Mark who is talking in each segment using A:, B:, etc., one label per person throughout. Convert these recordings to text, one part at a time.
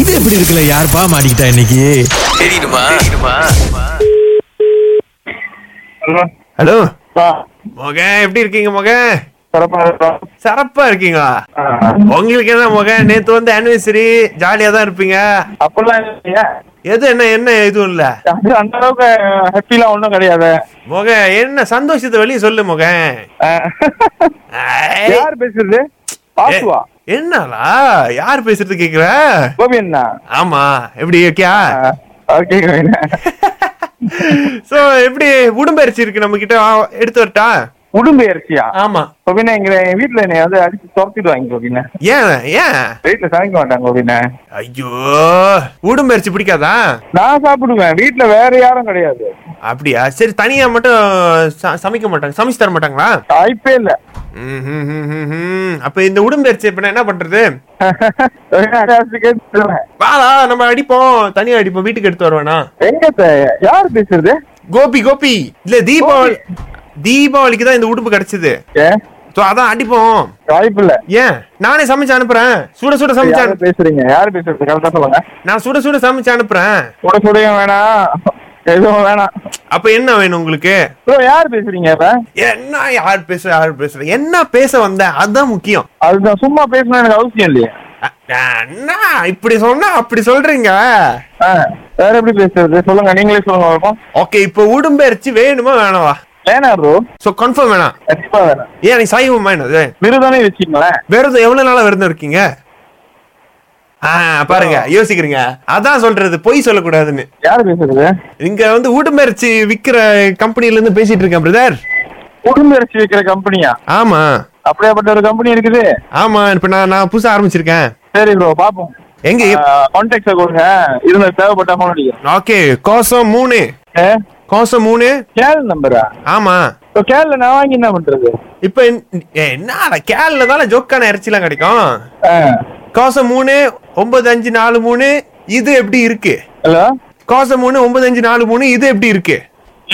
A: இது எப்படி இருக்குல்ல யாருப்பா மாட்டிக்கிட்டா இன்னைக்கு
B: ஹலோ
C: ஹலோ
B: பா
C: மொக எப்படி இருக்கீங்க மொக
B: சிறப்பா இருக்கா
C: சிறப்பா இருக்கீங்க உங்களுக்கு என்ன மொக நேத்து வந்து ஆனிவர்சரி ஜாலியா தான் இருப்பீங்க
B: அப்படிலாம் இல்லையா
C: எது என்ன என்ன எதுவும் இல்ல
B: அது அந்த அளவுக்கு ஹாப்பிலாம் ஒன்றும் கிடையாது
C: மொக என்ன சந்தோஷத்தை வெளியே சொல்லு மொக
B: அஹ்.
C: ஐ.
B: யார் பேசுறது பாசுவா
C: ஏ, என்னடா யார் பேசுறது கேக்குற
B: கோபியன்
C: ஆமா எப்படி ஓகேயா
B: ஓகே கோவிந்தா
C: சோ எப்படி உடம்பயிற்சி இருக்கு நம்ம கிட்ட வா- எடுத்து வரட்டா
B: உடும்பு இறச்சியா
C: ஆமா
B: கோபினா எங்க என் வீட்டுல என்னை வந்து அடிச்சு துரத்திடுவாங்க கோபினா
C: ஏன் ஏன்
B: வீட்டுல சமைக்க மாட்டாங்க கோபினா
C: ஐயோ உடம்பயிற்சி பிடிக்காதா
B: நான் சாப்பிடுவேன் வீட்டுல வேற யாரும் கிடையாது
C: அப்படியா சரி தனியா மட்டும் ச- சமைக்க மாட்டாங்க சமைச்சு தர மாட்டாங்களா
B: வாய்ப்பே இல்ல
C: ம்ஹும்ஹும்ஹும்ஹும். அப்ப இந்த உடம்பெயர்ச்சி இப்ப நான் என்ன பண்றது
B: கோவிந்தா, அடிச்சு கேட்டுருவேன்.
C: வாடா நம்ம அடிப்போம் தனியா அடிப்போம் வீட்டுக்கு எடுத்து வருவேனா
B: எங்க தே- யார் பேசுறது
C: கோபி கோபி இல்ல தீபாவளி தீபாவளிக்கு தான் இந்த உடுப்பு கிடைச்சது
B: ஏ
C: சோ அதான் அடிப்போம்
B: வாய்ப்பு இல்ல
C: ஏன் நானே சமைச்சு அனுப்புறேன் சுட சுட சமைச்சு
B: யாரு
C: அனுப்பு
B: பேசுறீங்க யார் பேசுறது கரெக்டா சொல்லுங்க
C: நான் சுட சுட சமைச்சு அனுப்புறேன்
B: கூட சுடையும் வேணாம் எதுவும் வேணாம்
C: அப்ப என்ன வேணும் உங்களுக்கு
B: ப்ரோ யார் பேசுறீங்க இப்ப
C: என்ன யார் பேசுற யார் பேசுற என்ன பேச வந்த அதுதான் முக்கியம்
B: அதுதான் சும்மா பேசணும் எனக்கு அவசியம் இல்லையே
C: அ- என்ன இப்படி சொன்னா அப்படி சொல்றீங்க
B: ஆ, வேற எப்படி பேசுறது சொல்லுங்க நீங்களே சொல்லுங்க பார்ப்போம்
C: ஓகே இப்போ உடும்பெயர்ச்சி வேணுமா வேணாவா
B: வேணாம் ப்ரோ
C: சோ கன்ஃபார்ம் வேணாம்
B: கண்டிப்பா வேணாம்
C: ஏன் நீ சைவமா என்னது
B: விருதமே வச்சுக்கங்களேன்
C: விரதம் எவ்வளவு நாளா விரதம் இருக்கீங்க ஆ பாருங்க யோசிக்கிறீங்க அதான் சொல்றது பொய் சொல்லக்கூடாதுன்னு
B: யார் பேசுறது
C: இங்க வந்து உடும்பெயர்ச்சி விக்கிற கம்பெனில இருந்து பேசிட்டு இருக்கேன் பிரதர்
B: குடும்ப இறைச்சி வைக்கிற கம்பெனியா
C: ஆமா
B: அப்படியாப்பட்ட ஒரு கம்பெனி இருக்குது
C: ஆமா இப்ப நான் நான் புதுசா ஆரம்பிச்சிருக்கேன்
B: சரி ப்ரோ பாப்போம்
C: எங்க
B: கான்டாக்ட கொடுங்க இருந்த தேவைப்பட்ட ஃபோன் அடிக்கிறேன்
C: ஓகே கோசம் மூணு
B: ஏ,
C: கோசம் மூணு
B: கேள் நம்பரா
C: ஆமா
B: இப்போ கேள்ல நான் வாங்கி என்ன பண்றது
C: இப்ப என்- ஏ, என்ன கேரள தானே ஜோக்கான இறைச்சிலாம் கிடைக்கும்
B: ஆ,
C: கோசம் மூணு ஒன்பது அஞ்சு நாலு மூணு இது எப்படி இருக்கு
B: ஹலோ
C: கோசம் மூணு ஒன்பது அஞ்சு நாலு மூணு இது எப்படி இருக்கு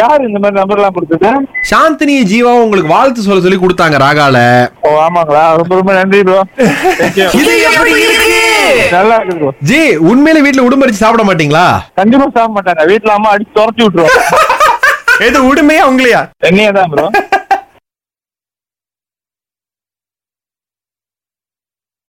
B: யார் இந்த மாதிரி நம்பர்லாம் கொடுத்தது
A: சாந்தினி ஜீவா உங்களுக்கு வாழ்த்து சொல்ல சொல்லி கொடுத்தாங்க ராகால
B: ஓ ஆமாங்களா ரொம்ப ரொம்ப நன்றி ப்ரோ
A: இது எப்படி இருக்கு
B: நல்லா இருக்குது bro.
A: ஜி உண்மையில வீட்டுல உடும்பரிச்சு சாப்பிட மாட்டீங்களா
B: கண்டிப்பா சாப்பிட மாட்டாங்க வீட்டுல அம்மா அடிச்சு துரத்தி விட்டுருவாங்க
C: எது உடுமையா உங்களையா
B: என்னையே தான் ப்ரோ